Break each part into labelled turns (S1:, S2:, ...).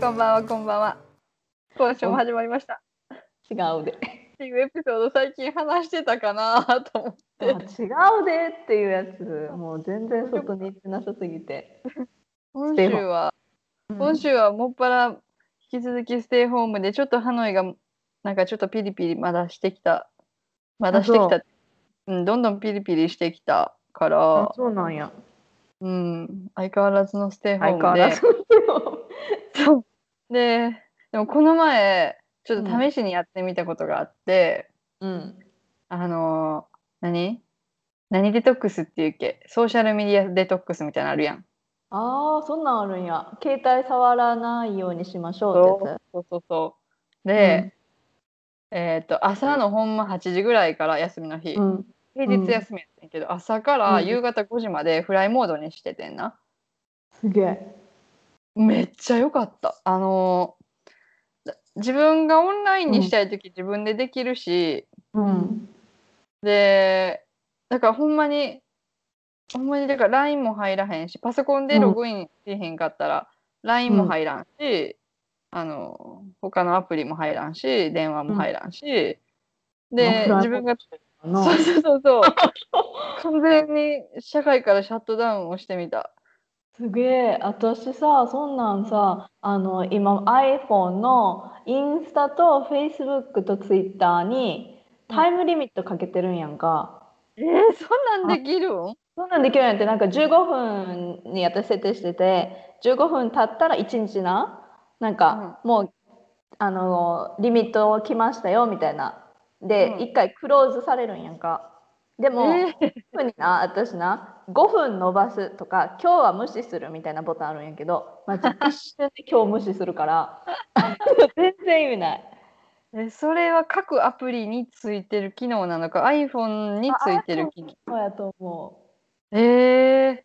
S1: こんばんは、こんばんは。今週も始まりました。
S2: 違うで。
S1: っていうエピソード最近話してたかな と思っ
S2: あ
S1: て
S2: 違う。でっていうやつ、もう全然外に行ってなさすぎて。
S1: 今週は、今週はもっぱら引き続きステイホームで、ちょっとハノイがなんかちょっとピリピリまだしてきた。まだしてき
S2: あ
S1: た。うん、どんどんピリピリしてきたか
S2: うん
S1: ら、
S2: そうなんや。
S1: うん、相変わらずのステイホー
S2: 相変
S1: ム
S2: わ
S1: で
S2: ら。ず。
S1: で、でもこの前、ちょっと試しにやってみたことがあって、
S2: うん。
S1: あのー何何デトックスっていうっけソーシャルメディアデトックスみたいなのあるやん。
S2: ああ、そんなんあるんや。携帯触らないようにしましょうってや
S1: そうそうそう。
S2: つ
S1: で、。えっと朝のほんま8時ぐらいから休みの日、
S2: うん。うん
S1: 平
S2: うん
S1: 日休みやったんやけど、朝から
S2: うん
S1: 夕方5時までフライモードにしててんな。
S2: すげえ。
S1: めっちゃ良かった。あのーだ自分がオンラインにしたい時、自分でできるし
S2: うん。
S1: でだからほんまにほんまにだから LINE も入らへんしパソコンでログインしへんかったら LINE も入らんし、あの他のアプリも入らんし電話も入らんし、で
S2: あフライも
S1: 自分が
S2: あの
S1: そうそうそうそう完全に社会からシャットダウンをしてみた。
S2: すげえ私さそんなんさあの今 iPhone のインスタと Facebook と Twitter にタイムリミットかけてるんやんか、
S1: えー、そんなんできるん
S2: そんなんできるんやってなんか15分に私設定してて15分経ったら1日ななんかもう、あのリミットを来ましたよみたいなで、
S1: うん
S2: 1回クローズされるんやんかでも、
S1: えー
S2: 特にな私な5分伸ばすとか今日は無視するみたいなボタンあるんやけど、まず一瞬で今日無視するから 全然意味ない
S1: えそれは各アプリについてる機能なのか iPhone についてる機能
S2: そうやと思
S1: えー、
S2: う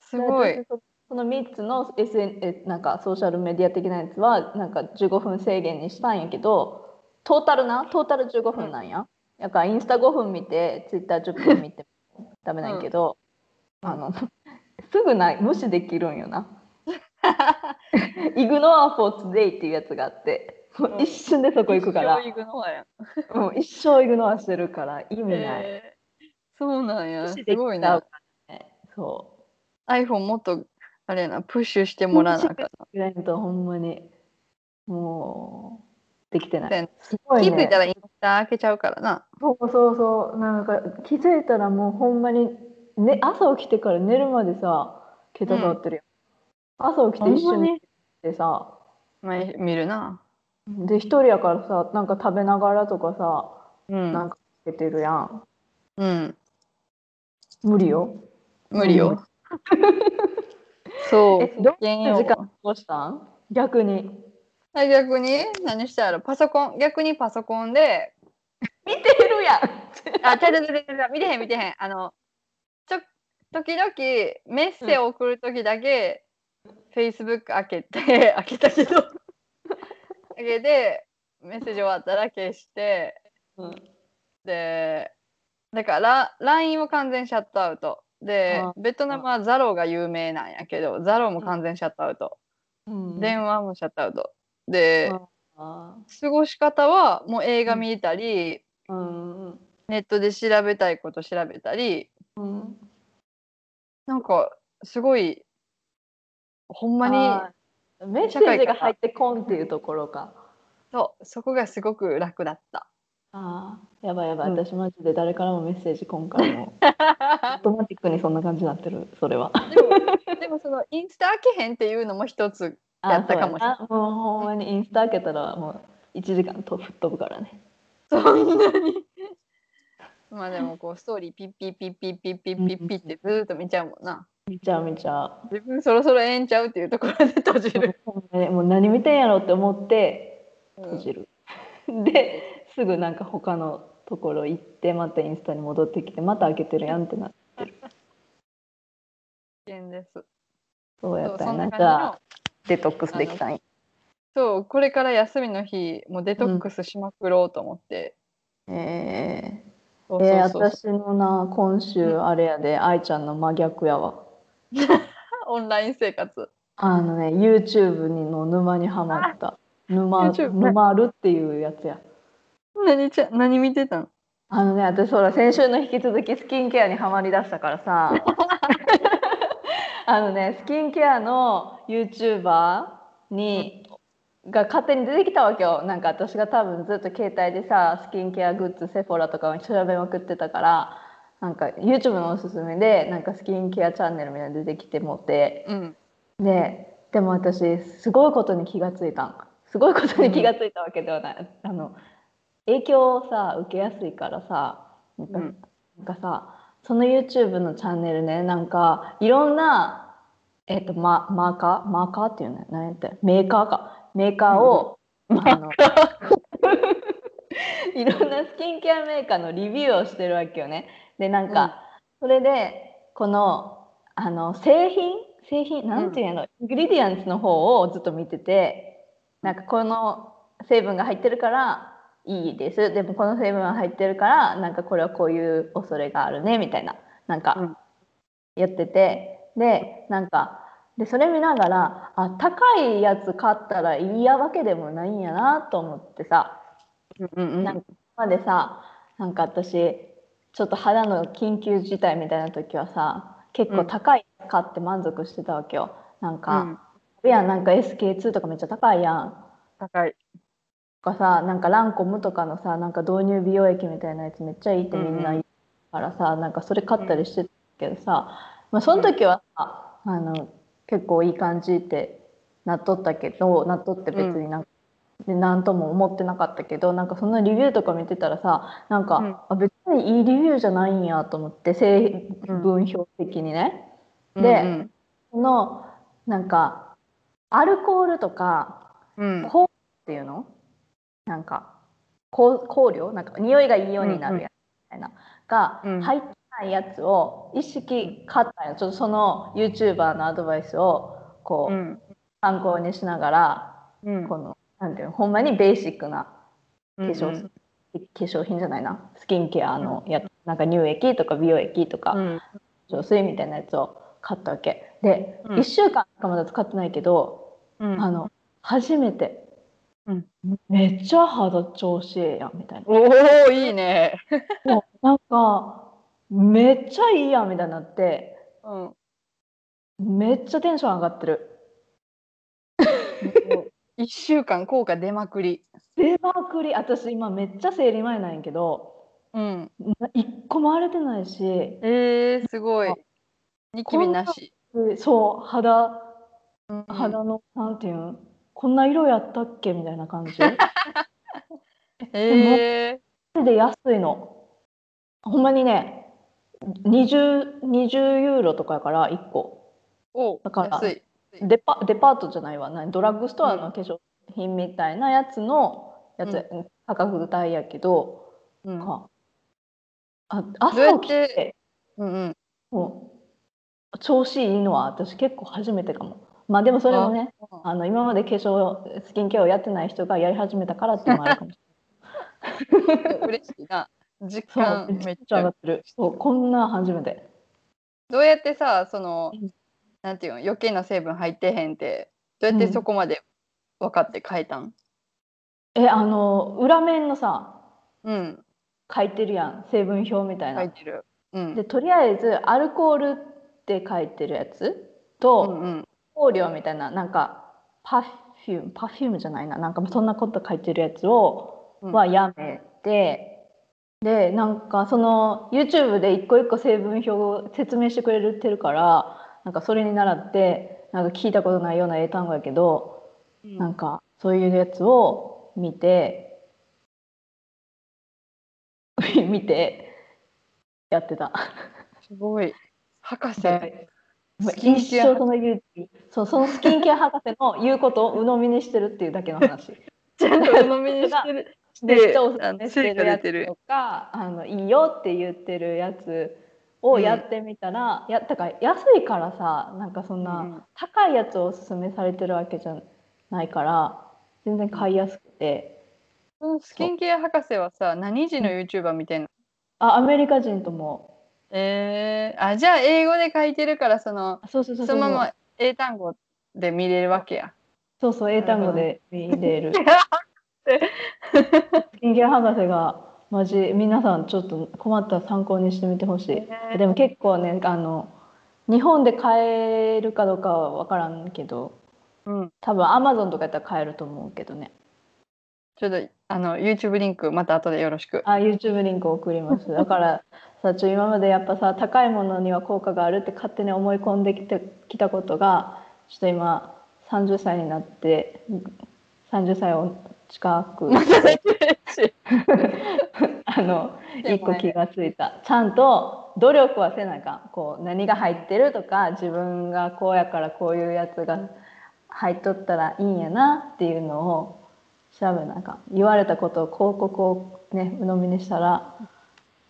S1: すご
S2: で
S1: い。
S2: 私そその3つの SN えなんかソーシャルメディア的なやつはなんか15分制限にしたんやけどトータルなトータル15分なんや、だからインスタ5分見てツイッター10分見てもダメなんやけ
S1: う
S2: ど、
S1: ん
S2: あのすぐない無視できるんよな Ignore for today っていうやつがあって、もう
S1: うん
S2: 一瞬でそこ行くから
S1: 一生行くのはやん
S2: もうん一生 Ignore してるから意味ない、
S1: えーそうなんや。
S2: 無視
S1: す
S2: でき
S1: ごい
S2: ちゃ
S1: な
S2: う。からねそう
S1: iPhone もっとあれやな、プッシュしてもらわなあかっ
S2: ぐらいとほんまにもうできてな
S1: で
S2: い。すごい、
S1: 気づ
S2: ね
S1: い、たらインスタ開けちゃうからな。
S2: そうそうそうなんか気づいたらもうほんまに、ね、朝起きてから寝るまでさ桁変わってるよ、朝起きて一緒に
S1: に。
S2: でさ
S1: まあ、見るな。
S2: で一人やからさなんか食べながらとかさ
S1: う
S2: なん
S1: ん。
S2: かつけてるやん
S1: うん。
S2: 無理よ
S1: 無理 よ。そう
S2: え。どん
S1: 減
S2: 時
S1: 塩
S2: 間どうしたん逆に
S1: はい、逆に何してやろパソコン、逆にパソコンで、
S2: 見てるやん
S1: あ、ちゃうちゃうちゃうちゃうちゃう見てへん見てへん。あの、ちょ、時々メッセを送るときだけ、Facebook 開けて、 開けたけど、開けて、メッセージ終わったら消して、
S2: うん
S1: で、だから、LINE も完全シャットアウト。で
S2: あ、
S1: ベトナムはザローが有名なんやけど、ザローも完全シャットアウト。
S2: うん
S1: 電話もシャットアウト。で、
S2: あ
S1: 過ごし方はもう映画見たり、
S2: ーうん
S1: ネットで調べたいこと調べたり、
S2: うん
S1: なんかすごいほんまに
S2: あーメッセージが入ってこんっていうところか
S1: そうそこがすごく楽だった。
S2: ああやばいやばい、
S1: うん
S2: 私マジで誰からもメッセージ今回も オートマティックにそんな感じになってるそれは
S1: でもでもそのインスタ開けへんっていうのも一つやったかもしれ
S2: あーそうやなもうほんまにインスタ開けたらもう1時間と吹っ飛ぶからね
S1: そんなにまあでもこうストーリーピッピッピッピッピッピッピッピッってずーっと見ちゃうもんな
S2: 見ちゃう見 ちゃ
S1: 自分そろそろええんちゃうっていうところで閉じ
S2: う
S1: る、
S2: ほんまにもう何見てんやろって思って
S1: う
S2: 閉
S1: ん
S2: じる、ですぐなんか他のところ行ってまたインスタに戻ってきてまた開けてるやんってな
S1: 危険です
S2: そうや
S1: そ
S2: っ
S1: う
S2: た
S1: そ
S2: ん
S1: ん
S2: や
S1: な
S2: なじゃ
S1: 感
S2: あデトックスできたんや
S1: じのそうこれから休みの日もうデトックスしまくろうと思って、
S2: えー
S1: そう
S2: え
S1: そう
S2: ー
S1: そう
S2: 私のな今週あれやで、愛ちゃんの真逆やわ
S1: オンライン生活
S2: あのね YouTube にの沼にはまった沼
S1: YouTube
S2: 沼るっていうやつや
S1: 何ちゃ何見てたん
S2: あのね私ほら先週の引き続きスキンケアにはまりだしたからさあのねスキンケアの YouTuber にが勝手に出てきたわけよなんか私が多分ずっと携帯でさスキンケアグッズセフォラとかを調べまくってたからなんか YouTube のおすすめでなんかスキンケアチャンネルみたいなの出てきてもって
S1: うん。
S2: ででも私すごいことに気がついたんすごいことに気がついたわけではない、あの影響をさ受けやすいからさなんか,、
S1: うん
S2: なんかさその YouTube のチャンネルねなんかいろんな、えっとママーカーマーカーっていうの何やってメーカーかメーカーを、あ のいろんなスキンケアメーカーのレビューをしてるわけよね。でなんか、
S1: うん
S2: それでこのあの製品製品なんていうの、イングリディアンツの方をずっと見ててなんかこの成分が入ってるからいいですでもこの成分が入ってるからなんかこれはこういう恐れがあるねみたいななん
S1: う
S2: か
S1: ん
S2: やってて、でなんかでそれ見ながらあ高いやつ買ったらいいやわけでもないんやなと思ってさ、
S1: うんうん。
S2: なんか今までさなんか私ちょっと肌の緊急事態みたいな時はさ結構高いやつ買って満足してたわけよ、なんか、
S1: うん
S2: いやなんか SK2 とかめっちゃ高いやん
S1: 高い。
S2: とかさなんかランコムとかのさなんか導入美容液みたいなやつめっちゃいいってみんな言うからさ、なんかそれ買ったりしてたけどさ、まあ、その時はさあの結構いい感じってなっとったけどなっとって別になんか。でなんとも思ってなかったけどなんかそのレビューとか見てたらさなんか、
S1: うん
S2: あ別にいいレビューじゃないんやと思って成分表的にね、で
S1: うん
S2: そのなんかアルコールとか
S1: うん。うん
S2: 香っていうのなんか香香料なんか匂いがいいようになるやつみたいな、
S1: うん
S2: が入ってないやつを一式買ったんよちょっとその YouTuber のアドバイスをこ
S1: う
S2: う、
S1: ん。
S2: 参考にしながら
S1: うん。
S2: このなんていうのほんまにベーシックな
S1: 化
S2: 化粧,、化粧品じゃないなスキンケアのやつ、なんか乳液とか美容液とか、
S1: うん。
S2: 浄水みたいなやつを買ったわけで、
S1: うん
S2: 1週間しかまだ使ってないけど
S1: うん
S2: あの初めて、
S1: うん
S2: めっちゃ肌調子ええやんみたいな
S1: おおいいね。
S2: なんかめっちゃいいやんみたいになって
S1: うん。
S2: めっちゃテンション上がってる
S1: 一週間効果出まくり。
S2: 出まくり私今めっちゃ生理前なんやけど
S1: うん。
S2: な一個も荒れてないし
S1: えー、すごい
S2: あ。
S1: ニキビなし。
S2: でそう肌
S1: うん
S2: 肌の、なんていうんこんな色やったっけみたいな感じ
S1: え
S2: で安いのほんまにね 20, 20ユーロとかやから1個。
S1: ー、お
S2: だから
S1: 安い。
S2: デパデパートじゃないわ何ドラッグストアの化粧品みたいなやつのやつ、価格帯やけど、
S1: うん
S2: かあ
S1: どうや
S2: 朝
S1: っ
S2: 起き
S1: て
S2: て
S1: うんうん。
S2: もう調子いいのは私結構初めてかもまあでもそれもねあの今まで化粧スキンケアをやってない人がやり始めたからっていうのもある かもし
S1: 嬉しいな。時
S2: れ
S1: 間
S2: ないそう
S1: め
S2: め
S1: っ
S2: っ
S1: ち
S2: ち
S1: ゃ
S2: ゃ
S1: 上が
S2: 上が
S1: っ
S2: ってるそうこんなん初めて
S1: どうやってさ、その
S2: うん、
S1: なんていうの、余計な成分入ってへんって、どうやってそこまで分かって変えたん
S2: えあの裏面のさ
S1: うん、
S2: 書いてるやん成分表みたいな、
S1: 書いてる。うん。
S2: でとりあえずアルコールって書いてるやつ
S1: う
S2: と、
S1: んうん。
S2: 香料みたいななんかパフュームパフュームじゃないななんかそんなこと書いてるやつを、
S1: うん
S2: はやめてでなんかその YouTube で一個一個成分表を説明してくれてるからなんかそれに習ってなんか聞いたことないような英単語やけど、なんかそういうやつを見て 見てやってた。
S1: すごい。博士。
S2: はい
S1: スキン
S2: 一
S1: ケア
S2: 生その勇気そうそのスキンケア博士の言うことを鵜呑みにしてるっていうだけの 話
S1: ちゃんと飲みにしてる。で
S2: めっちゃおすすめしてるや
S1: あ成果出てる
S2: つとかあのいいよって言ってるやつをやってみたら、やだから安いからさなんかそんな、
S1: うん
S2: 高いやつをおすすめされてるわけじゃないから全然買いやすくて
S1: そのスキンケア博士はさ、何時の YouTuber みたいな。
S2: あアメリカ人とも
S1: えー、あじゃあ英語で書いてるからその
S2: あそうそうそ
S1: そう
S2: そう
S1: のまま英単語で見れるわ けや。
S2: そうそう、英単語で見れる。人間博士が、マジ、皆さんちょっと困ったら参考にしてみてほしい。でも結構ね、あの、日本で買えるかどうかは分からんけど、
S1: うん、
S2: 多分 Amazon とかやったら買えると思うけどね。
S1: ちょっとあの YouTube リンクまた後でよろしく。
S2: あ、YouTube リンク送ります。だからさ、ちょ今までやっぱさ、高いものには効果があるって勝手に思い込んできてきたことが、ちょっと今、30歳になって、30歳を近く、あの、
S1: でもね
S2: 一個気がついた。ちゃんと努力はせなあかん。こう、何が入ってるとか、自分がこうやからこういうやつが入っとったらいいんやなっていうのを調べなあかん。言われたことを広告をね、鵜呑みにしたら、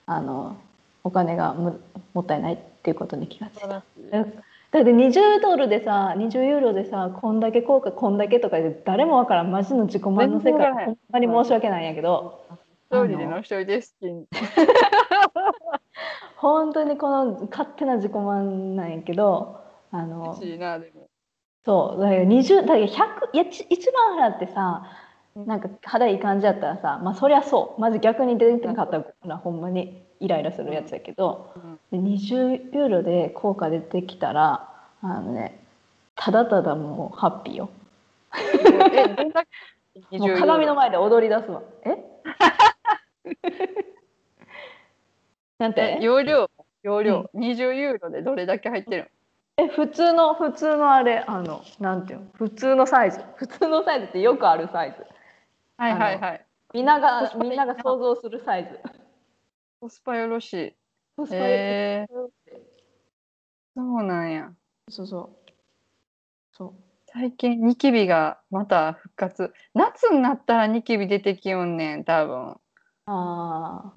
S2: あの、お金がむもったいないっていうことに気がついた。だだって20ドルでさ20ユーロでさこんだけ効果こんだけとかで誰もわからんマジの自己満の世
S1: 全然わか
S2: 界
S1: らへん
S2: ほんまに申し訳ないんやけど、
S1: 一人での一人です。
S2: 本当にこの勝手な自己満なんやけどあの
S1: 嬉しいなでも。
S2: そうだから20だから100いやち一番払ってさなんか肌いい感じやったらさまあそりゃそうまず逆に出てなかったらほんまにイライラするやつやけど、で20ユーロで効果出てきたらあのねただただもうハッピーよ
S1: えどんだけ
S2: もう鏡の前で踊り出すわえなんて
S1: え容量容量、20ユーロでどれだけ入ってる
S2: え普通の普通のあれあのなんていうの普通のサイズ普通のサイズってよくあるサイズ
S1: のはいはいはい。
S2: みんな
S1: コ
S2: が
S1: スパいいな
S2: みんなが想像するサイズ
S1: コスパよろしい。
S2: コスパいい
S1: えー、そうなんや。
S2: そうそうそう
S1: 最近ニキビがまた復活。夏になったらニキビ出てきよんねん多分。
S2: ああ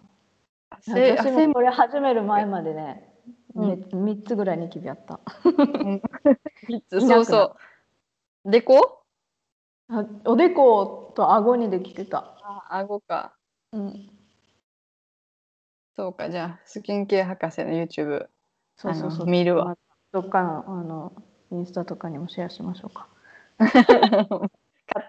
S1: 汗
S2: 私
S1: 汗
S2: も
S1: も
S2: これ始める前までね、
S1: うん
S2: め3つぐらいニキビあった
S1: そうそう。でこ
S2: あおでこと顎にできてた、
S1: あ顎か。
S2: うん、
S1: そうかじゃあスキンケア博士の YouTube
S2: そうそうそ
S1: あの
S2: う
S1: 見るわ。
S2: どっかのあのインスタとかにもシェアしましょうか
S1: 勝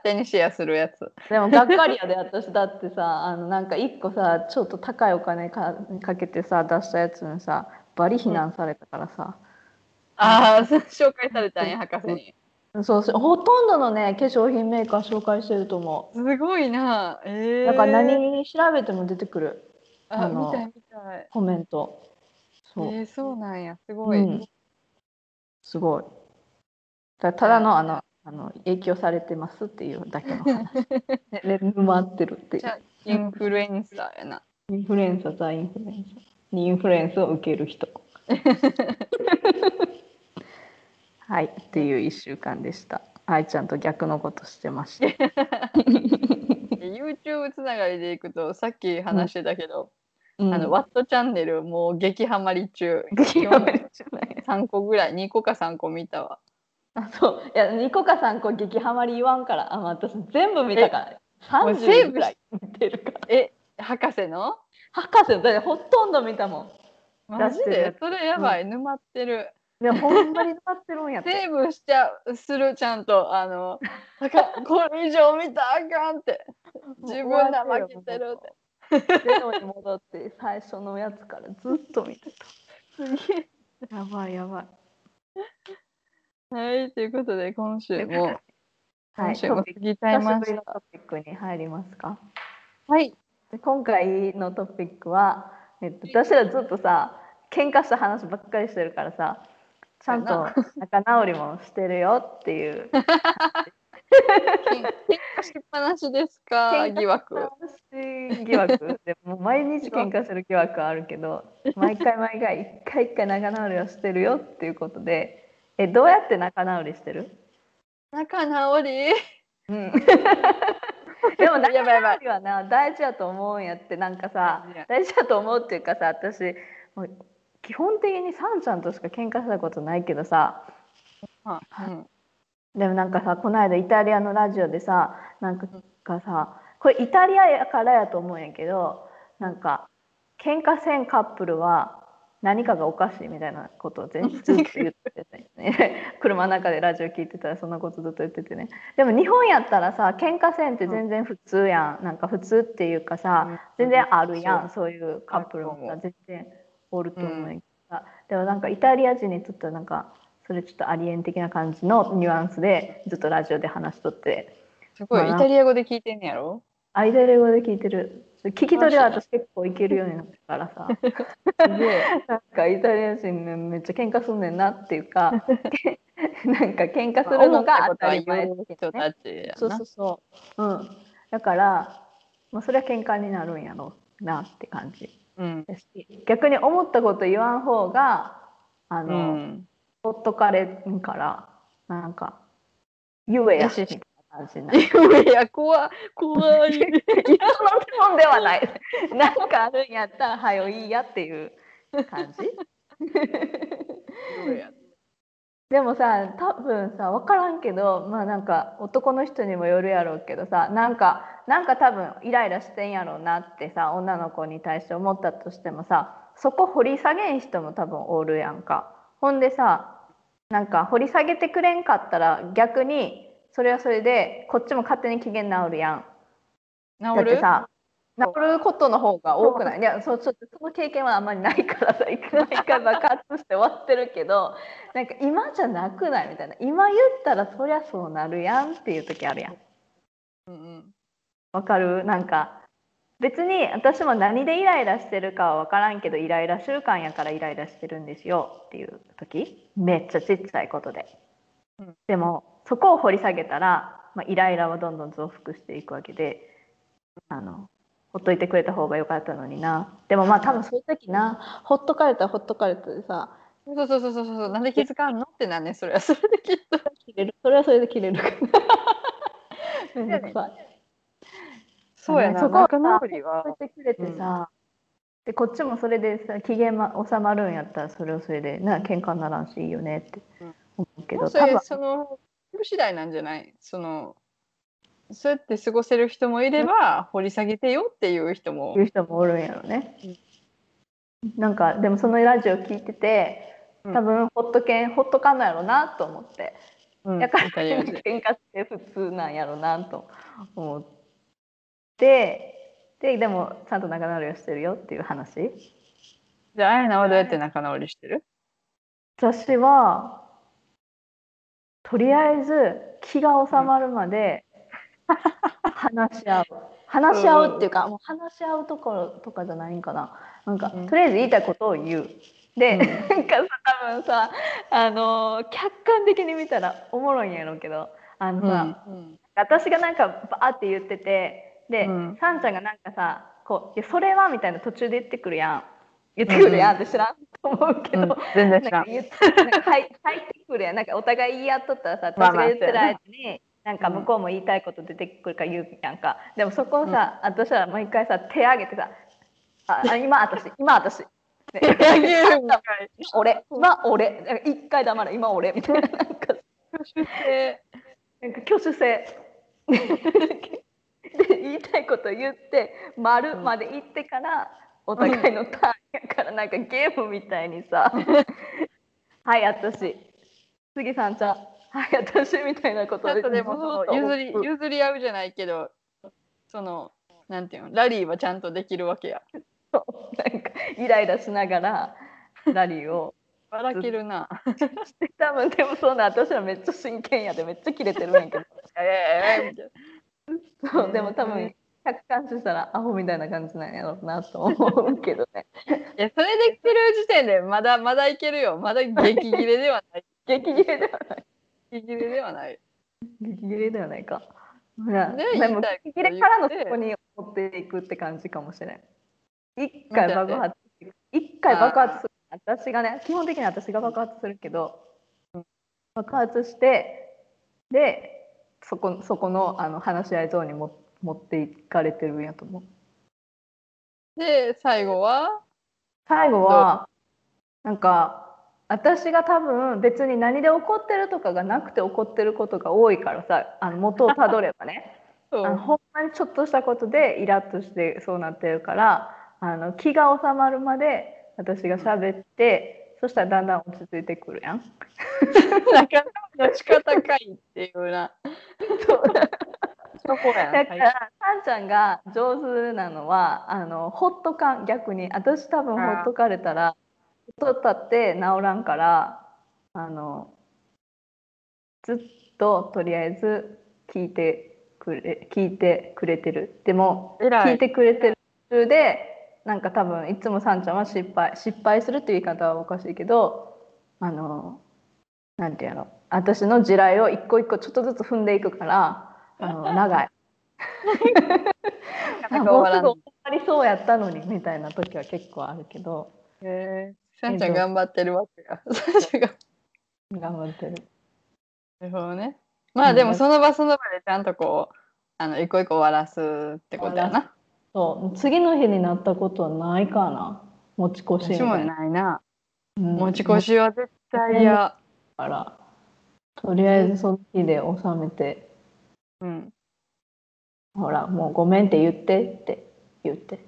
S1: 手にシェアするやつ。
S2: でもがっかりやで私だってさあのなんか一個さちょっと高いお金かかけてさ出したやつにさバリ非難されたからさ、
S1: ああ、紹介されたんや、博士に。
S2: そうそうほとんどのね化粧品メーカー紹介してると思
S1: すごいな。え
S2: う
S1: え
S2: だから何調べても出てくる
S1: あ、
S2: あの
S1: 見たい見たい。
S2: コメントそう、
S1: えー、そうなんや、すご
S2: う
S1: い。
S2: ん、すごいだからただのあのあの影響されてますっていうだけ の話ねレッド回ってるってい
S1: じゃあ
S2: う
S1: インフルエンサーやな。
S2: インフルエンサー対インフルエンサーにインフルエンスを受ける人はいっていう1週間でした愛ちゃんと逆のことしてました
S1: YouTube つながりでいくと、さっき話してたけど、
S2: うん
S1: あの、ワットチャンネル、もう激ハマり中。
S2: 激ハマりじゃない
S1: 3個ぐらい、2個か3個見たわ。
S2: あそういやニコカさんこう激ハマり言わんからあまあ私全部見たから
S1: もうセー
S2: 30
S1: ブ
S2: ぐらい見てるから
S1: え、博士の
S2: 博士だってほとんど見たもん
S1: マジ
S2: 出して
S1: で
S2: る
S1: それやばい、沼ってる。
S2: でもほんまに使ってるんやっ て
S1: セーブしちゃう、する、ちゃんと。あの、 あかんこれ以上見たらあかんって。自分ら負けてるって。
S2: ってゼロに戻って最初のやつからずっと見て
S1: すげえ。
S2: たやばいやばい
S1: はい、ということで、今週も、
S2: はい
S1: 今週も過ぎちゃい
S2: 久し
S1: ま
S2: ぶ
S1: し
S2: りの
S1: た。
S2: トピックに入りますか
S1: はい。
S2: で今回のトピックは、えっと、私らずっとさ喧嘩した話ばっかりしてるからさちゃん
S1: そう
S2: と仲直りもしてるよっていう
S1: 喧嘩しっぱなしですか
S2: 喧嘩
S1: 疑惑。
S2: 私疑惑でもう毎日喧嘩してる疑惑はあるけど毎回毎回一回一回仲直りをしてるよっていうことでえどうやって仲直りしてる、
S1: 仲直り
S2: うん、でも仲
S1: やばいやば
S2: 直りはな大事やと思うんやってなんかさ
S1: いや
S2: 大事やと思うっていうかさ私もう基本的にサンちゃんとしか喧嘩したことないけどさ
S1: うん
S2: でもなんかさこの間イタリアのラジオでさなんかがさこれイタリアやからやと思うんやけどなんか喧嘩せんカップルは何かがおかしいみたいなことを全然ずっと言ってて、ね、 車の中でラジオ聞いてたらそんなことずっと言っててねでも日本やったらさ喧嘩せんって全然普通やんなんか普通っていう
S1: う
S2: か
S1: ん
S2: さ全然あるやんそういうカップル
S1: あると
S2: もさ
S1: 思
S2: 全然おると思うんや
S1: う
S2: けどさでもなんかイタリア人にとってはなんかそれちょっとありえん的な感じのニュアンスでずっとラジオで話しとって
S1: すごい、
S2: まあ
S1: イタリア語で聞いてんねやろ
S2: アイドル語で聞いてる聞き取りは私結構いけるようになったから さ。
S1: すげえ。
S2: なんかイタリア人ねめっちゃ喧嘩すんねんなっていうか なんか喧嘩す
S1: す
S2: る
S1: るの
S2: のが
S1: が
S2: 当
S1: 当
S2: た
S1: た
S2: り
S1: り前
S2: 前っ
S1: の
S2: てい
S1: 人
S2: うね
S1: たちや
S2: そう
S1: な
S2: そう。そう、うん、だから、まあ、それは喧嘩になるんやろうなって感じ
S1: うん。
S2: だし逆に思ったこと言わん方があ
S1: う
S2: の、
S1: ん。
S2: ほっとかれんからなんか言えやみたいな感じになる
S1: いや、怖い、怖い。
S2: いや、その質問ではない。 なんかあるんやったら、はよいいやっていう感じ。でもさ、多分さ、分からんけど、まあなんか男の人にもよるやろうけどさ、なんか、なんか多分イライラしてんやろうなってさ、女の子に対して思ったとしてもさ、そこ掘り下げん人も多分おるやんか。ほんでさ、なんか掘り下げてくれんかったら逆に、それはそれでこっちも勝手に機嫌直るやん。だ
S1: 治
S2: って
S1: る
S2: さ治ることの方が多くないいやそうちょっとその経験はあんまりないからさ 毎回爆発して終わってるけどなんか今じゃなくないみたいな今言ったらそりゃそうなるやんっていう時あるやん
S1: うんうん
S2: わかるなんか別に私も何でイライラしてるかは分からんけどイライラ習慣やからイライラしてるんですよっていう時めっちゃちっちゃいことで、
S1: うん
S2: でもそこを掘り下げたら、まあ、イライラはどんどん増幅していくわけであのほっといてくれた方が良かったのになでもまあ多分そういう時なほっとかれたらほっとかれたでさ
S1: そうそうそうそうそうなんで気づかんのってなんねんそれはそれできっと
S2: 切れるそれはそれで切れ るから めんどくさい
S1: そうやな
S2: そこは
S1: 仲直りは
S2: してくれてさ、でこっちもそれでさ機嫌ま収まるんやったらそれをそれでな喧嘩にならんしいいよねって
S1: うん
S2: 思うけ
S1: も
S2: ど、
S1: うそ
S2: 多
S1: れ
S2: 分
S1: その次第なんじゃないそのそうやって過ごせる人もいれば掘り下げてよっていう人も
S2: 言う人もおるんやろね、なんかでもそのラジオ聞いてて
S1: うん
S2: 多分ほっとけんほっとかんのやろなと思って、
S1: うん
S2: だから
S1: イタリア人
S2: 喧嘩って普通なんやろなと思ってででもちゃんと仲直りをしてるよっていう話。
S1: じゃああやなはどうやって仲直りしてる
S2: 私はとりあえず気が収まるまで話し合う話し合うっていうか、もう話し合うところとかじゃないんかななんか、
S1: うん
S2: とりあえず言いたいことを言うで、
S1: うん
S2: なんかさ多分さあのー客観的に見たらおもろいんやろうけどあのさ、
S1: うん
S2: 私がなんかバーって言っててで、
S1: うん
S2: さんちゃんがなんかさこういや「それは?」みたいな途中で言ってくるやん言ってくるやんって知らんと思うけど、
S1: うん 全然知
S2: な
S1: ら
S2: んか
S1: ん
S2: 言ってなんか入入ってくるやんなんかお互い言い合っとったらさ
S1: まあまあ
S2: 私が言ってる間になんか向こうも言いたいこと出てくるから言うやんかでもそこをさ、私は毎回さ手挙げてさ「ああ今私今私」 ね「俺今俺」なんか一回黙れ今俺みたいななんか
S1: で
S2: なんか挙手制で言いたいこと言って「丸まで言ってからお互いのターンやからなんかゲームみたいに さ「はい私杉さんちゃんはい私」みたいなこ
S1: ちょ
S2: と
S1: っとで
S2: ずー
S1: も
S2: っ
S1: その譲り
S2: 往復
S1: 譲り合うじゃないけどそのなんていうのラリーはちゃんとできるわけや
S2: なんかイライラしながらラリーを
S1: ばらけるな
S2: で多分でもそんな私らめっちゃ真剣やでめっちゃキレてるんやけど
S1: ええみたいな
S2: そうでも多
S1: う
S2: 分
S1: ん
S2: 客観視したらアホみたいな感じなんやろうなと思うけどね。
S1: いやそれできてる時点でまだまだいけるよまだ激切れではない
S2: 激切れではない
S1: 激切れではない
S2: 激切れではないか。ほら
S1: で
S2: で
S1: 言
S2: も
S1: いたい
S2: 激切れからのそこに持っていくって感じかもしれない。一回爆発一回爆発する。私がね基本的に私が爆発するけど爆発してでそこそこのあの話し合いゾーンにも持っていかれてるんやと思う。
S1: で最後は
S2: 最後はなんか私が多分別に何で怒ってるとかがなくて怒ってることが多いからさあの元をたどればね。
S1: そ
S2: あの
S1: う
S2: ほんまにちょっとしたことでイラッとしてそうなってるからあの気が収まるまで私が喋って、そしたらだんだん落ち着いてくるやん。
S1: なんか、の仕方かいっていうな。そう。そこや
S2: だ
S1: な
S2: か。ら、さんちゃんが上手なのは、あの、ほっとかん、逆に、私多分ほっとかれたら。ほっとったって治らんから、あの。ずっと、とりあえず、聞いてくれ、聞いてくれてる。でも、
S1: 偉
S2: 聞い
S1: い。
S2: てくれてる途中で、なんか多分いつもさんちゃんは失敗失敗するっていう言い方はおかしいけどあのなんていうの私の地雷を一個一個ちょっとずつ踏んでいくからあの長いあ
S1: なんか
S2: もう
S1: 終
S2: す
S1: わら
S2: ぐ
S1: ん
S2: 終。わりそうやったのにみたいな時は結構あるけど
S1: へえさんちゃん頑張ってるわけや。 さんちゃんが。
S2: 頑張ってる
S1: なるほどね。まあでもその場その場でちゃんとこう、あの、一個一個終わらすってことやな。
S2: そう次の日になったことはないかな持ち越しみ
S1: 私
S2: た
S1: も
S2: いな、
S1: ないな。
S2: うん
S1: 持ち越しは絶対や。
S2: だからとりあえずその日で収めて
S1: うん。
S2: ほら、もうごめんって言ってって言って。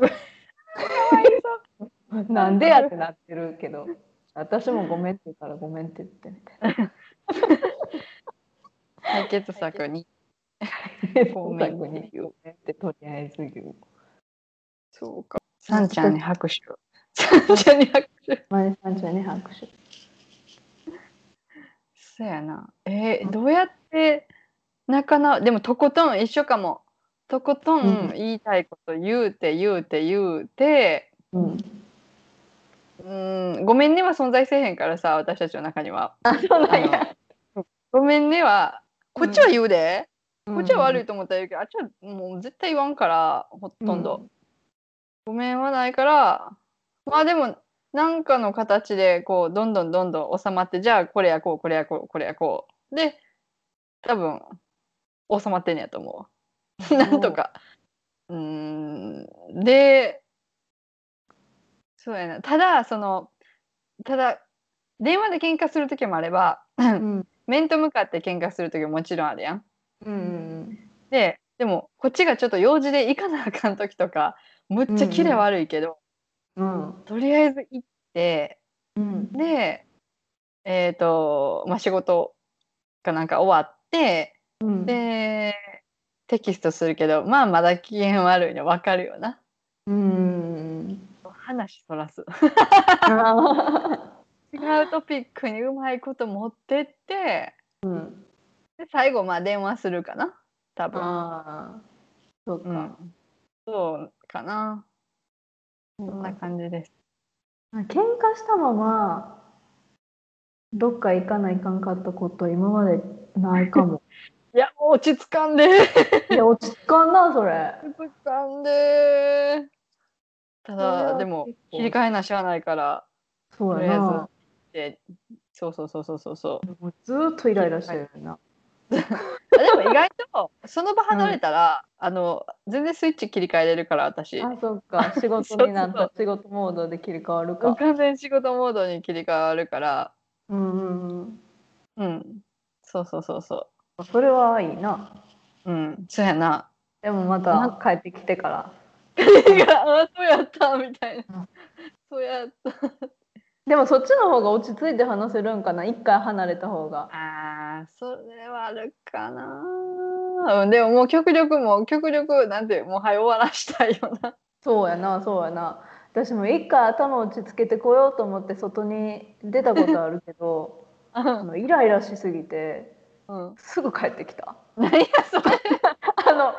S2: なんでやってなってるけど、私もごめんって言うからごめんって言ってみたい
S1: 解決策に。
S2: な。
S1: ご
S2: ご
S1: めん
S2: めん
S1: って
S2: に言うってとりあえず言う。
S1: そうか。さんちゃんに拍手。さんちゃんに拍手。
S2: マネさんちゃんに拍手。
S1: そうやな。えーどうやってなかなでもとことん一緒かも。とことん
S2: うん
S1: 言いたいこと言うて言うて言うて、
S2: うん。
S1: うん、ごめんねは存在せえへんからさ私たちの中には。
S2: そう
S1: あのごめんねはこっちは言うで、
S2: こ
S1: こっちは悪
S2: い
S1: いと思ったら言うけど、あっちはもう絶対言わんからほとんど、ごめんはないからまあでもなんかの形でこうどんどんどんどん収まってじゃあこれやこうこれやこうこれやこうで多分収まってんねやと思うなんとかうーんでそうやなただそのただ電話で喧嘩する時もあれば
S2: うん。
S1: 面と向かって喧嘩する時ももちろんあるやん。
S2: うん。
S1: ででもこっちがちょっと用事で行かなあかん時とかむっちゃキレ悪いけど、
S2: うん。
S1: とりあえず行って
S2: うん。
S1: でえっ、と、まあ、仕事かなんか終わって
S2: うん。
S1: でテキストするけどまあまだ機嫌悪いの分かるよな。
S2: うん。
S1: 話そらす
S2: あ
S1: 違うトピックにうまいこと持ってって
S2: ーうん。
S1: で最後まあ電話するかな多分。
S2: ああ。そう
S1: う
S2: か。
S1: ん、そうかな。そんな感じです。
S2: 喧嘩したままどっか行かないかんかったこと今までないか も。
S1: いや、もう落ち着かんで。落
S2: いや落ち着かんなそれ。
S1: ち着かんで。た
S2: それ
S1: だ、
S2: は
S1: でも
S2: 結、構
S1: 切り替えなしゃあないから、
S2: そう
S1: とり
S2: や
S1: あ
S2: な。
S1: えず。でそうそうそうそうそうそう。
S2: もうずーっとイライラしてるよな。
S1: でも意外と、その場離れたら、あの、全然スイッチ切り替えれるから、私。
S2: あそっか仕事にな った仕事モードで切り替わるか。
S1: 完全に仕事モードに切り替わるから、
S2: うんうんうん。
S1: うん。そうそうそうそ
S2: それはいいな。
S1: う。うん。そうやな。
S2: でもまた帰ってきてから。
S1: あ、そうやった、みたいな。そうやった。
S2: でもそっちの方が落ち着いて話せるんかな一回離れた方が。
S1: ああ、それはあるかな。うん、でももう極力もう極力なんていうもう早終わらしたいよな。
S2: そうやなそうやな私も一回頭落ち着けてこようと思って外に出たことあるけど あのイライラしすぎて
S1: うん。
S2: すぐ帰ってきた
S1: 何やそれ。
S2: あの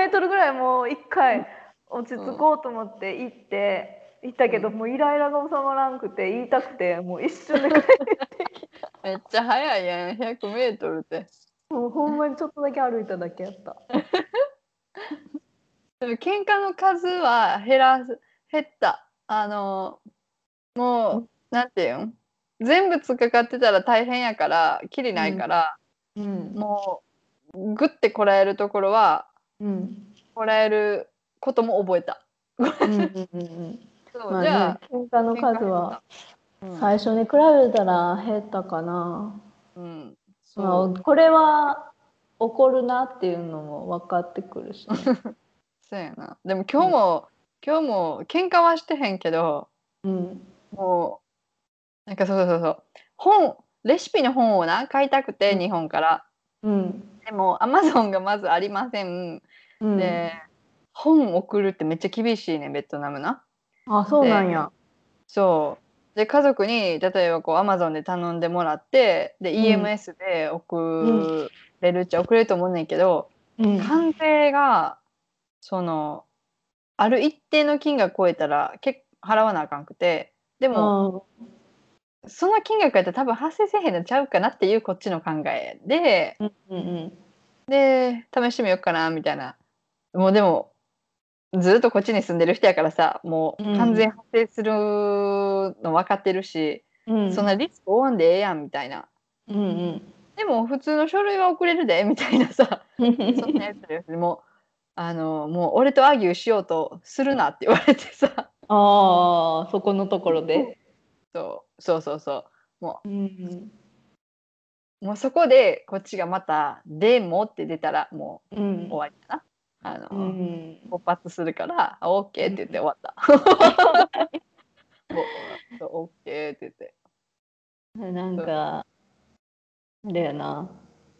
S2: 100m ぐらいもう一回落ち着こうと思って行って行ったけど、
S1: うん
S2: もうイライラが収まらんくて言いたくてもう一瞬 で帰ってきた
S1: めっちゃ早いやん。100メートルって。
S2: もうほんまにちょっとだけ歩いただけやった
S1: でも喧嘩の数は減らす減った。あのもうなんていうん。全部突っかかってたら大変やからきりないから、
S2: うん
S1: もうグッてこらえるところは
S2: うん
S1: こらえることも覚えた。
S2: うんうんうん
S1: そう
S2: ま
S1: じゃ
S2: あ
S1: あ
S2: ね喧嘩の数は
S1: 喧嘩減った
S2: 最初に比べたら減ったかな
S1: うん。うんそう
S2: まあ、これは怒るなっていうのも分かってくるしね、
S1: そうやな。でも今日も、今日も喧嘩はしてへんけど、
S2: うん
S1: もう、なんかそうそうそうそう。本、レシピの本をな、買いたくて、
S2: うん
S1: 日本から。
S2: うん
S1: でも、アマゾンがまずありません。
S2: うん
S1: で、本送るってめっちゃ厳しいね、ベトナムな。
S2: あそうなんや
S1: そう。で、家族に、例えばこう、アマゾンで頼んでもらって、で、
S2: ん
S1: EMS で送れるっちゃ送れると思うねんけど、
S2: うん
S1: 関税が、その、ある一定の金額超えたら、結構払わなあかんくて、でも、
S2: あ
S1: その金額やったら多分発生せえへんのちゃうかなっていうこっちの考えで
S2: うんうん
S1: で試してみようかなみたいなもうでもずっとこっちに住んでる人やからさも
S2: う
S1: うん完全発生するの分かってるし、
S2: うん
S1: そんなリスク負わんでええやんみたいな
S2: うんうん
S1: でも普通の書類は送れるでみたいなさ
S2: うん
S1: そんなやつですもうあのもう俺とアギューしようとするなって言われてさ
S2: ああそこのところで
S1: そうそうそうそう
S2: うん
S1: もうそこでこっちがまた「でも」って出たらもう
S2: うん
S1: 終わりかな。あの、
S2: うん
S1: 勃発するから、あ、オッケーって言って終わった。もうそうオッケーって言って。
S2: なんかあれやな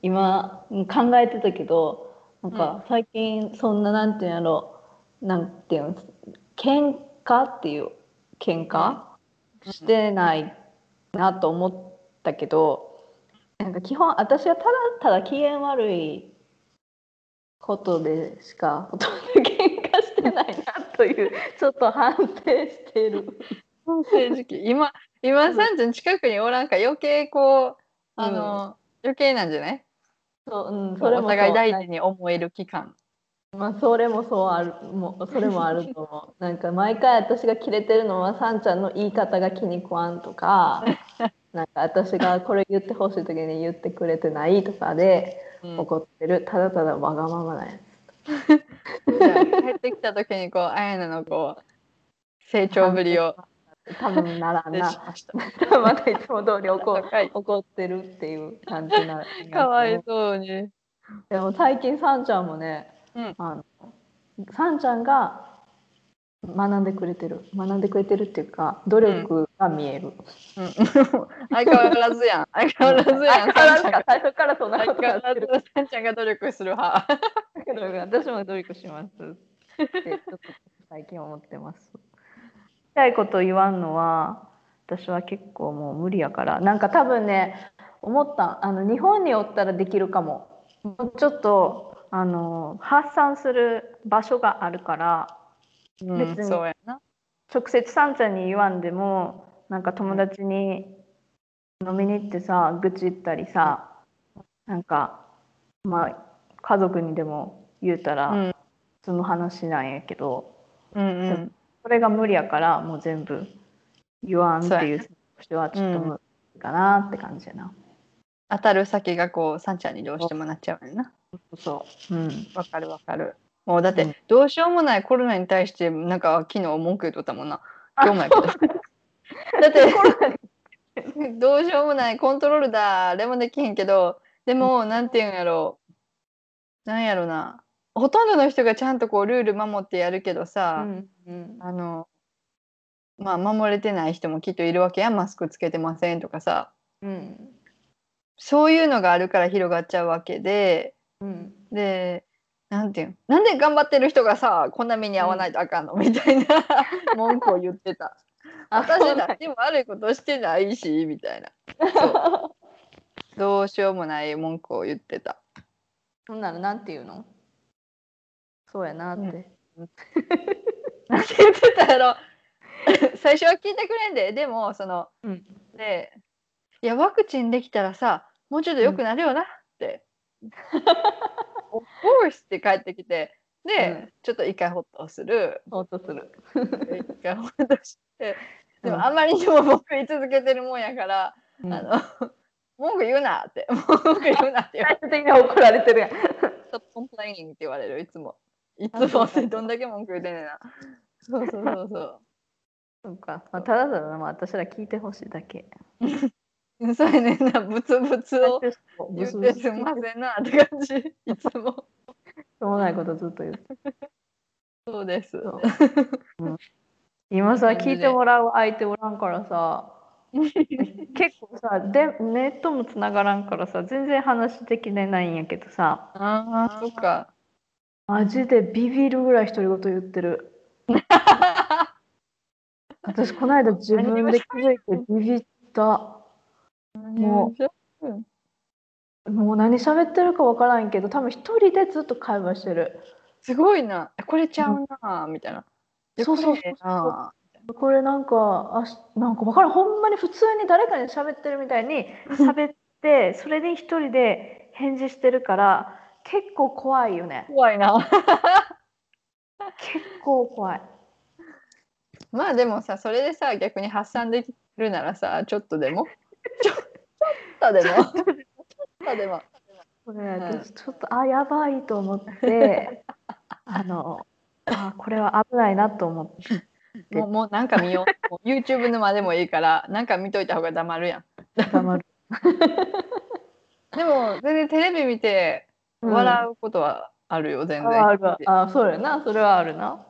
S2: 今うん考えてたけどなんか最近そんななんていうんやろなんていうん喧嘩っていう喧嘩してないなと思ったけどなんか基本私はただただ機嫌悪いことでしかほとんど喧嘩してないなというちょっと反省してる。
S1: うん正直、今、今さんちゃん近くにおらんから余計こう、 あの、余計なんじゃない
S2: そううん、それ
S1: お
S2: も
S1: 互い
S2: そう
S1: 大事に思える期間。
S2: まあ、それもそうあるもうそれもあると思 うなんか毎回私がキレてるのはさんちゃんの言い方が気に食わん とかなんか私がこれ言ってほしい時に言ってくれてないとかで
S1: うん
S2: 怒ってるただただわがままなんや
S1: じゃあ帰ってきた時にこう、あやなのこう、成長ぶりを
S2: 多分ならん
S1: し
S2: な
S1: ました。
S2: またいつも通り怒
S1: 高い
S2: 怒ってるっていう感じな
S1: かわいそうに。
S2: でも最近さんちゃんもね、
S1: うん
S2: あのさんちゃんが学んでくれてる学んでくれてるっていうか努力が見える、
S1: うん、相変わらずやん。相変わらずやん。
S2: 相変わらずか最初からそんな
S1: 相
S2: こと
S1: 変
S2: や
S1: わ
S2: っ
S1: ら
S2: て
S1: ず
S2: る
S1: さんちゃんが努力する派。
S2: けど私も努力しますってちょっと最近思ってます言いたいこと言わんのは私は結構もう無理やからなんか多分ね思ったあの日本におったらできるかももうちょっとあの発散する場所があるから
S1: う
S2: 別に
S1: そうやな。
S2: 直接さんちゃんに言わんでもなんか友達に飲みに行ってさ愚痴言ったりさなんかまあ家族にでも言うた
S1: う
S2: ら
S1: ん
S2: その話なんやけど、
S1: うん
S2: それが無理やからもう全部言わんっていう選択肢はちょっと無理かなって感じやな。
S1: 当たる先がこうさんちゃんにどうしてもなっちゃうねんな。
S2: そう、うん、
S1: わかるわかる。もうだっ
S2: うん
S1: てどうしようもないコロナに対してなんか昨日文句言っとったもんな。
S2: あ
S1: 今日もやけど。 だってどうしようもないコントロールだあれもできへんけどでもなんていうんやろうなんやろなほとんどの人がちゃんとこうルール守ってやるけど
S2: う
S1: さ、
S2: んうん
S1: あのまあ守れてない人もきっといるわけやんマスクつけてませんとかさ。
S2: うん
S1: そういうのがあるから広がっちゃうわけで、
S2: うん
S1: で、なんていうのなんで頑張ってる人がさ、こんな目に遭わないとあかんの、みたいな 文句を言って た。私だって悪いことしてないし、みたいな。そう どうしようもない文句を言ってた。
S2: そんならなんて言うのそうやなって。
S1: うん なんて言ってたやろ 最初は聞いてくれんで、でも、その、
S2: うん
S1: で、いや、ワクチンできたらさ、もうちょっと良くなるよなって。of course って帰ってきて、で、
S2: うん
S1: ちょっと一回ホッとする。
S2: そうとする。
S1: 一回ホッとして。で
S2: う
S1: も
S2: ん
S1: あんまりにも僕言い続けてるもんやから、
S2: うん
S1: あの、 文句言うな って、文句言うなって言われ
S2: 最終的に怒られてるやん。
S1: る、ちょっとコンプライニングって言われる、いつも。いつもってどんだけ文句言うてんねんな。そうそうそうそう。
S2: そうか、まあ、ただただ、まあ、私ら聞いてほしいだけ。
S1: そうやねんな、ブツブツを言
S2: そう
S1: ってすんませんなって感じ、いつも。
S2: もないことずっと言って。
S1: そうです。
S2: そう今さ聞いてもらう相手おらんからさ結構さでネットもつながらんからさ全然話できないんやけどさ
S1: ああ、そっか。
S2: マジでビビるぐらい独り言言って る私この間自分で気づいてビビったももう何喋ってるか分からんけど多分一人でずっと会話してる
S1: すごいな。えこれちゃうな、みたいな。え
S2: そうそうそ
S1: こ
S2: う
S1: れええな
S2: これなんかあしなんか分からんほんまに普通に誰かに喋ってるみたい に喋ってそれに一人で返事してるから結構怖いよね
S1: 怖いな。
S2: 結構怖い
S1: まあでもさ、それでさ、逆に発散できるならさ、ちょっとで も。ちょちょっとでも。ちょっとでも。
S2: これ私ちょっとあやばいと思って あのあこれは危ないなと思って
S1: もうもうなんか見よう。 もう YouTube のまでもいいから、なんか見といた方が黙るやん。
S2: 黙る、
S1: でも、全然テレビ見て
S2: うん
S1: 笑うことはあるよ、全然。
S2: ああるあそうやなそれはあるな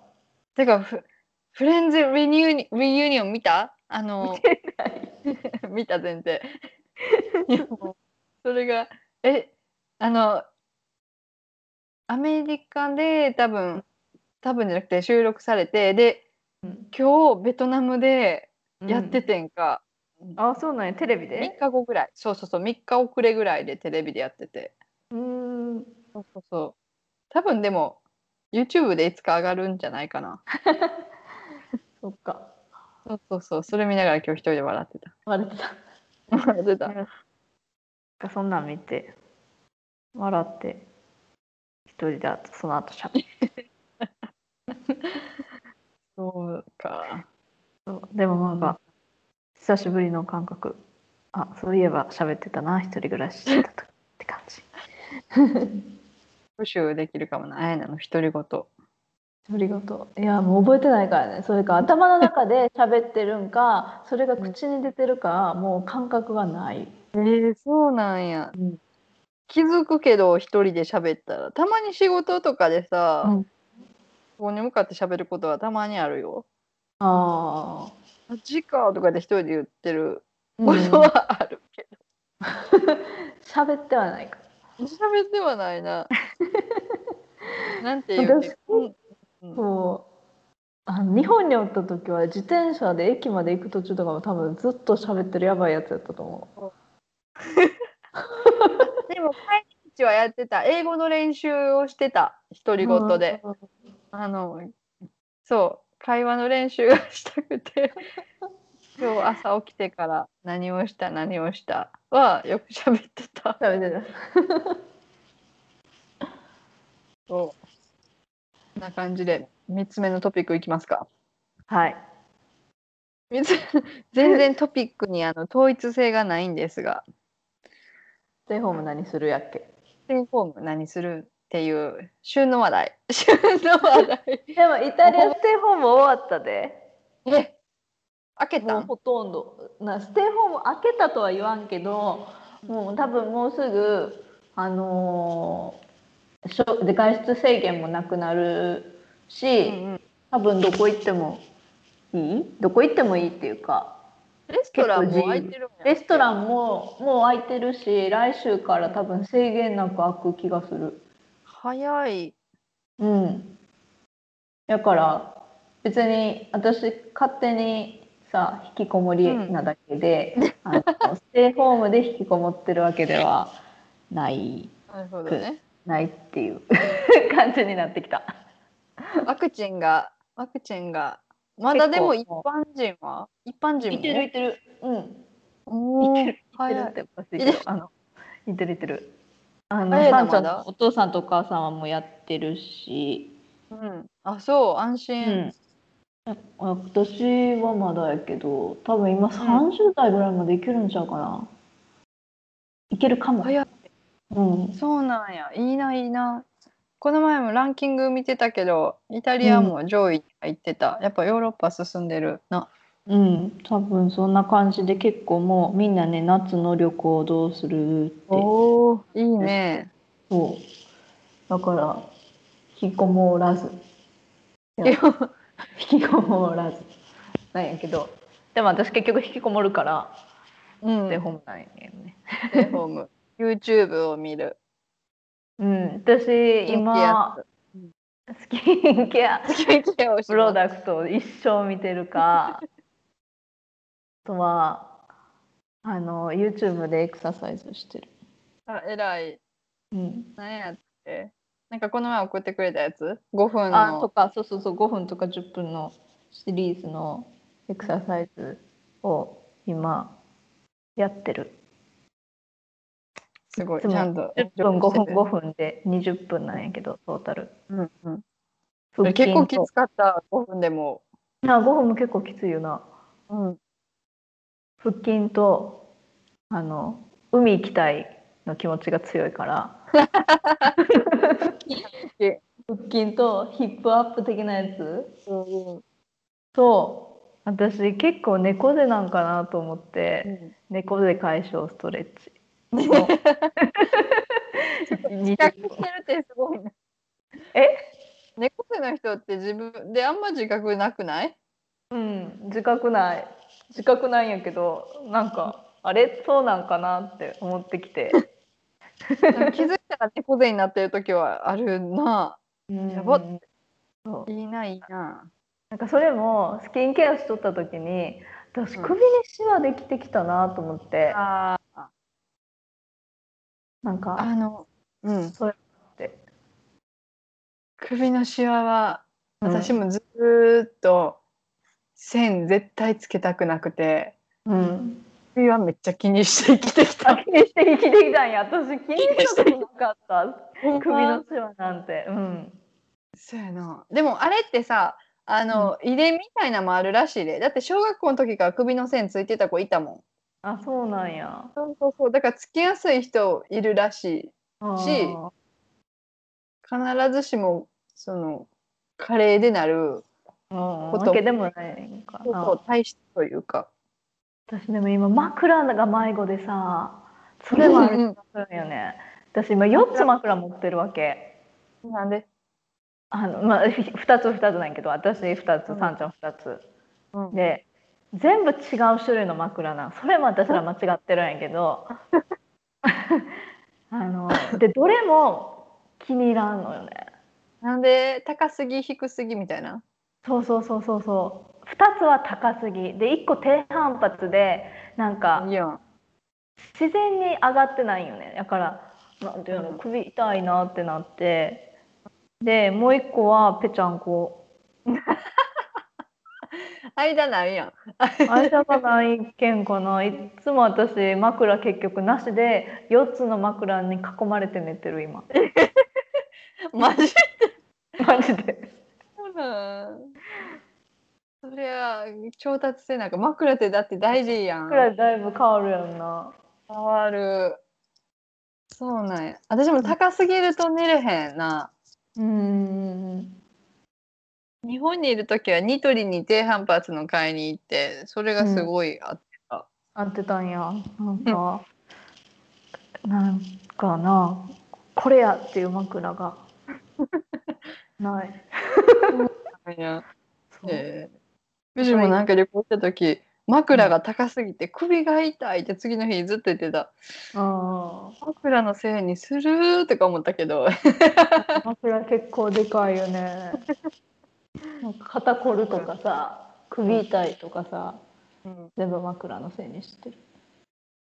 S1: てかフ、フレンズリニューニリユニオン見たあの、見た前提。いやもうそれが、え、あの、アメリカで多分、多分じゃなくて収録されて、で、
S2: うん
S1: 今日ベトナムでやっててんか、
S2: あそうなんやテレビ
S1: 3
S2: で
S1: 日後ぐらい、そうそうそう、3日遅れぐらいでテレビでやってて。
S2: うーん
S1: そうそうそう。多分でも、YouTube でいつか上がるんじゃないかな。
S2: そっか
S1: そうそうそう、それ見ながら今日一人で笑ってた。
S2: 割れてた
S1: 笑ってた。
S2: かそんなん見て笑って一人であとその後しゃべる
S1: そうか。
S2: そうでもなんか久しぶりの感覚あそういえば喋ってたな一人暮らししてた時って感じ
S1: 復習できるかもな、あやなの独り言。
S2: ありがとういやもう覚えてないからねそれか頭の中で喋ってるんかそれが口に出てるかもう感覚がない
S1: えー、そうなんや。気づくけど、一人で喋ったら。たまに仕事とかでさ、
S2: うん
S1: ここに向かって喋ることはたまにあるよ。
S2: ああ
S1: あっちかとかで一人で言ってるこ
S2: 俺
S1: と
S2: は
S1: はあるけ
S2: 喋ってはないか
S1: ど、喋ってはないな。 なんていうっけうん
S2: そうあの日本におった時は自転車で駅まで行く途中とかも多分ずっと喋ってるやばいやつやったと思う
S1: でも、帰り道はやってた。英語の練習をしてた。独り言で。あの、そう、会話の練習がしたく て、今日朝起きてから何をした何をしたはよく喋ってた。
S2: 喋ってる
S1: そう。こんな感じで3つ目のトピックいきますか。
S2: はい
S1: 三つ全然トピックにあの統一性がないんですが、
S2: ステイホーム何するやっけ
S1: ステイホーム何するっていう旬の話題。旬の話題。
S2: でもイタリアステイホーム終わったで
S1: え開けた
S2: もうんほとんどなステイホーム開けたとは言わんけどもう多分もうすぐあのーしょで外出制限もなくなるし、
S1: うんうん
S2: 多分どこ行ってもいいどこ行ってもいいっていうか
S1: レストランも開いてるんや
S2: レストランももう開いてるし来週から多分制限なく開く気がする
S1: 早い。
S2: うんだから別に私勝手にさ引きこもりなだけで、あのステイホームで引きこもってるわけではない
S1: なるほどね。
S2: ないっていう 感じになってきた
S1: ワクチンが、ワクチンが、まだでも一般人は一般人も
S2: いてるいてるうん
S1: おー
S2: いてるいて
S1: 早
S2: るっ
S1: い。
S2: ておかしいけどあのいてるいてるあの
S1: 早いな
S2: さんちゃん
S1: まだ
S2: お父さんとお母さんはもうやってるし
S1: うん。あ、そう、安心。
S2: うん、私はまだやけど多分今30代ぐらいまでいけるんちゃうかな、いけるかも、
S1: 早い。
S2: うん、
S1: そうなんや。いいな、いいな。この前もランキング見てたけど、イタリアも上位に入ってた。やっぱヨーロッパ進んでるな。
S2: うん、多分そんな感じで結構もうみんなね夏の旅行をどうするって
S1: おお、いいね。
S2: そうだから引きこもらずいや引きこもらずなんやけどでも私結局引きこもるから
S1: う
S2: ス
S1: ん
S2: テイホームなんやけどね。
S1: ステイホーム YouTube を見る
S2: うん、私
S1: スキンケア
S2: 今スキンケア
S1: スキンケアをし
S2: プロダクトを一生見てるかあとはあの YouTube でエクササイズしてる、
S1: あ偉い
S2: うん、
S1: 何やってなんかこの前送ってくれたやつ5分
S2: あと
S1: の
S2: かそうそうそう5分とか10分のシリーズのエクササイズを今やってる
S1: すごい
S2: いつも
S1: ちゃんと
S2: 10分5分
S1: 分、
S2: 5分で20分なんやけどトータル
S1: うんうん、そ
S2: 腹
S1: れ
S2: 筋
S1: 結構
S2: と
S1: きつかった5分でも、
S2: な5分も結構きついよな
S1: うん、
S2: 腹筋とあの海行きたいの気持ちが強いから
S1: 筋
S2: 腹筋とヒップアップ的なやつ
S1: うん
S2: と私結構猫背なんかなと思って、 猫背解消ストレッチ
S1: 比較してるってすごいね
S2: え
S1: 猫背の人って自分であんま自覚なく ない
S2: うん自覚ない自覚ないんやけどなんかあれそうなんかなって思ってきて
S1: なんか気づいたら猫背になってる時はあるな
S2: や
S1: ばっ
S2: そう
S1: いいないいな
S2: なんかそれもスキンケアしとった時に私
S1: うん
S2: 首にシワできてきたなと思って、
S1: あ
S2: なんか
S1: あのうん
S2: それって
S1: 首のシワは
S2: うん
S1: 私もずーっと線絶対つけたくなくて
S2: うん
S1: 首はめっちゃ気にして生きてき
S2: あ
S1: た
S2: 気にして生きてきたんや私気にしたことなかった
S1: 首
S2: 首のシワなんてうん
S1: そうやなでもあれってさあの、遺伝みたいなのもあるらしいでだって小学校の時から首の線ついてた子いたもん
S2: あそうなんや
S1: そうそうそうだからつきやすい人いるらしい
S2: あー
S1: し必ずしもその加齢でなる
S2: うん
S1: こと
S2: わけでもないんかな
S1: 体質というか
S2: 私でも今枕が迷子でさそれもある気がするんよね私今4つ枕持ってるわけ
S1: なんで
S2: あのまあ、ふ2つ2つなんやけど私2つ
S1: うん
S2: さんちゃん2つ、
S1: うん
S2: で全部違う種類の枕なんそれも私ら間違ってるんやけどあのでどれも気に入らんのよね
S1: なんで高すぎ低すぎみたいな
S2: そうそうそうそうそう2つは高すぎで1個低反発でなんか
S1: いやん
S2: 自然に上がってないんよねだからなんていうの首痛いなってなってでもう1個はぺちゃんこ
S1: 間ないやん
S2: 間がないけんかないっつも私枕結局なしで4つの枕に囲まれて寝てる今
S1: マジ
S2: マジで
S1: そりゃ調達せなんか枕ってだって大事やん
S2: 枕だいぶ変わるやんな
S1: 変わるそうなんや私も高すぎると寝れへんな
S2: うん
S1: 日本にいる時はニトリに低反発の買いに行ってそれがすごいあっ
S2: 合ってたんやなんかなんかなこれやっていう枕 がない
S1: たんや、
S2: そう
S1: え富士もなんか旅行した時枕が高すぎて首が痛いって次の日ずっと言ってた
S2: あ
S1: 枕のせいにするとか思ったけど
S2: ー枕結構でかいよ ねなんか肩こるとかさ首痛いとかさ
S1: うん
S2: 全部枕のせいにしてる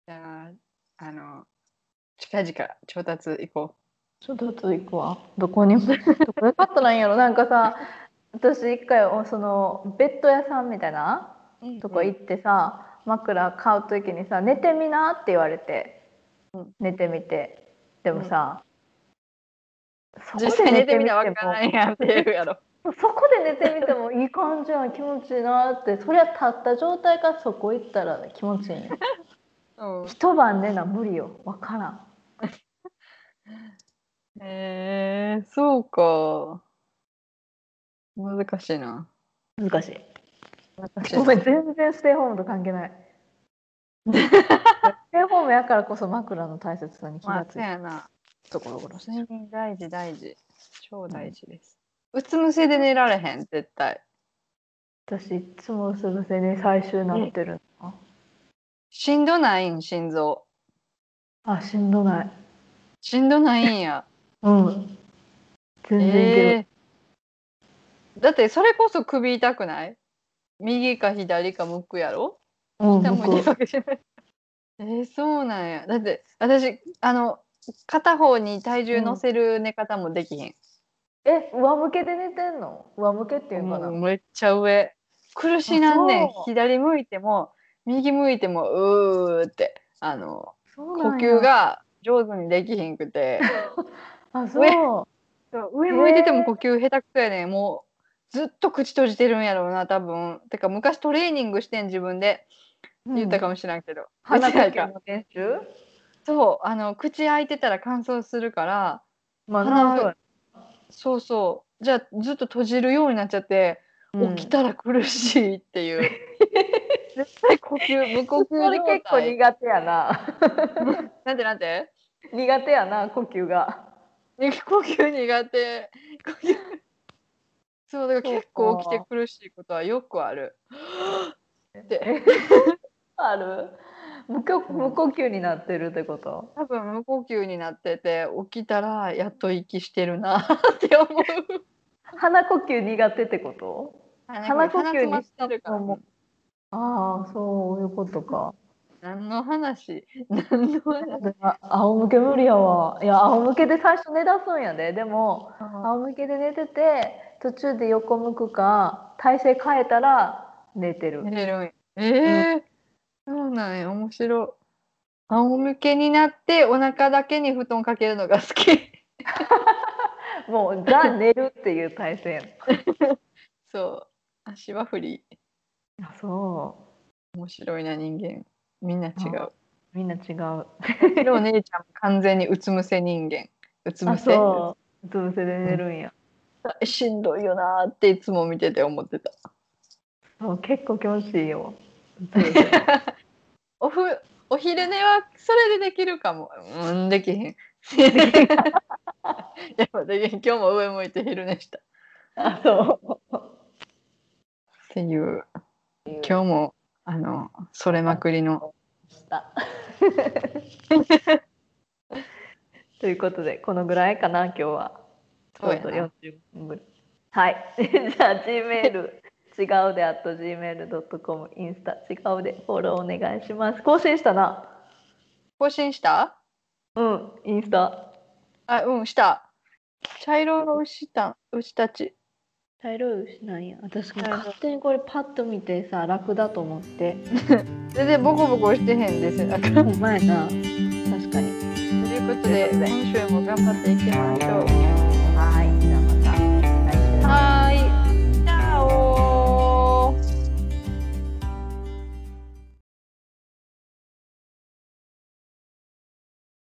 S1: じゃああの近々調達行こ
S2: ちょっと後行くわどこにもどこで買ったらいいんやろなんかさ私一回おそのベッド屋さんみたいな
S1: う
S2: とこ行ってさ、枕買う時にさ「寝てみな」って言われて、
S1: うん
S2: 寝てみてでもさ、そ
S1: 実
S2: こで
S1: 際
S2: 寝
S1: 寝
S2: て
S1: て
S2: み
S1: みた
S2: ても
S1: らわからんやんっていうやろ
S2: そこで寝てみてもいい感じやん気持ちいいなってそりゃ立った状態からそこ行ったら気持ちいいんよ
S1: うん
S2: 一晩寝な無理よわからん
S1: へえそうか。難しいな。
S2: 難しい
S1: 難しい
S2: ごめん全然ステイホームと関 係ないステイホームやからこそ枕の大切さに気
S1: ま
S2: が
S1: あ、
S2: つ
S1: そ
S2: い
S1: う
S2: た
S1: やな。
S2: ところごろして
S1: 睡眠大事大事。超大事です。うつむせで寝られへん、絶対。
S2: 私いつもうつ伏せに最終なってるの、
S1: しんどないん心臓
S2: あしんどない
S1: しんどないんや
S2: うん全然いける、
S1: えーだってそれこそ首痛くない右か左か向くやろ
S2: うん
S1: 下向いて
S2: 僕
S1: るわけじゃないえー、そうなんやだって私あの片方に体重乗せる寝方もできへん、
S2: え上向けで寝てんの上向けっていうのかな、
S1: うんめっちゃ上苦しなんねん
S2: あそう
S1: 左向いても右向いてもうーってあの
S2: そう
S1: 呼
S2: なんや
S1: 吸が上手にできへんくて
S2: あそう
S1: そう上向いてても呼吸下手くそやねんもうずっと口閉じてるんやろうな多分てか昔トレーニングしてん自分で言ったかもしらんけど、
S2: 鼻
S1: 言っ
S2: 呼
S1: てな
S2: 吸
S1: いか
S2: の練習
S1: そうあの口開いてたら乾燥するから
S2: まあ
S1: 鼻
S2: そうや
S1: そうそうじゃあずっと閉じるようになっちゃって
S2: うん
S1: 起きたら苦しいっていう 絶対呼吸無呼吸
S2: それ
S1: 状
S2: 結構
S1: 態
S2: 苦手やな
S1: なんてなんて
S2: 苦手やな呼吸が
S1: ね呼吸苦手 呼吸そうだから結構起きて苦しいことはよくあるで
S2: ある無呼無呼吸になってるってこと
S1: 多分無呼吸になってて起きたらやっと息してるな って思う
S2: 鼻呼吸苦手ってこと
S1: 鼻
S2: 呼吸
S1: 詰まってるから
S2: にしたと思うああそういうことか
S1: 何の話何の話
S2: あ仰向け無理やわいや仰向けで最初寝だすんやででも仰向けで寝てて途中で横向くか体勢変えたら寝てる
S1: 寝れるんやえーそうなんや面白い仰向けになってお腹だけに布団かけるのが好き
S2: もうザ寝るっていう体勢やん
S1: そう足はフリー
S2: あそ
S1: 面白いな人間みんな違う
S2: うみんな違う
S1: うちのお姉ちゃん完全にうつむせ人間うつむ
S2: あ
S1: せ
S2: そううつ伏せで寝るんや、
S1: しんどいよなーっていつも見てて思ってた
S2: そう結構気持ちいいよ
S1: おふお昼寝はそれでできるかもうんできへんやっぱできへん今日も上向いて昼寝したっ
S2: あ そう
S1: ていう今日もあのそれまくりの
S2: した。 ということでこのぐらいかな今日は。ち
S1: そ
S2: ょ
S1: う
S2: う
S1: や
S2: ど
S1: な
S2: 40分ぐらい。はい。 じゃあ G メール違うで at gmail.com インスタ違うでフォローお願いします。更新したな。
S1: 更新した
S2: うんインスタ。
S1: あうんした茶色の牛た牛たち
S2: 茶色い牛なんや。私
S1: も勝
S2: 手にこれパッと見てさ楽だと思 って。
S1: 全然ボコボコしてへんですなんかと
S2: ほんまやな。確かに。
S1: いうことで今週も頑張っていきましょう
S2: はい。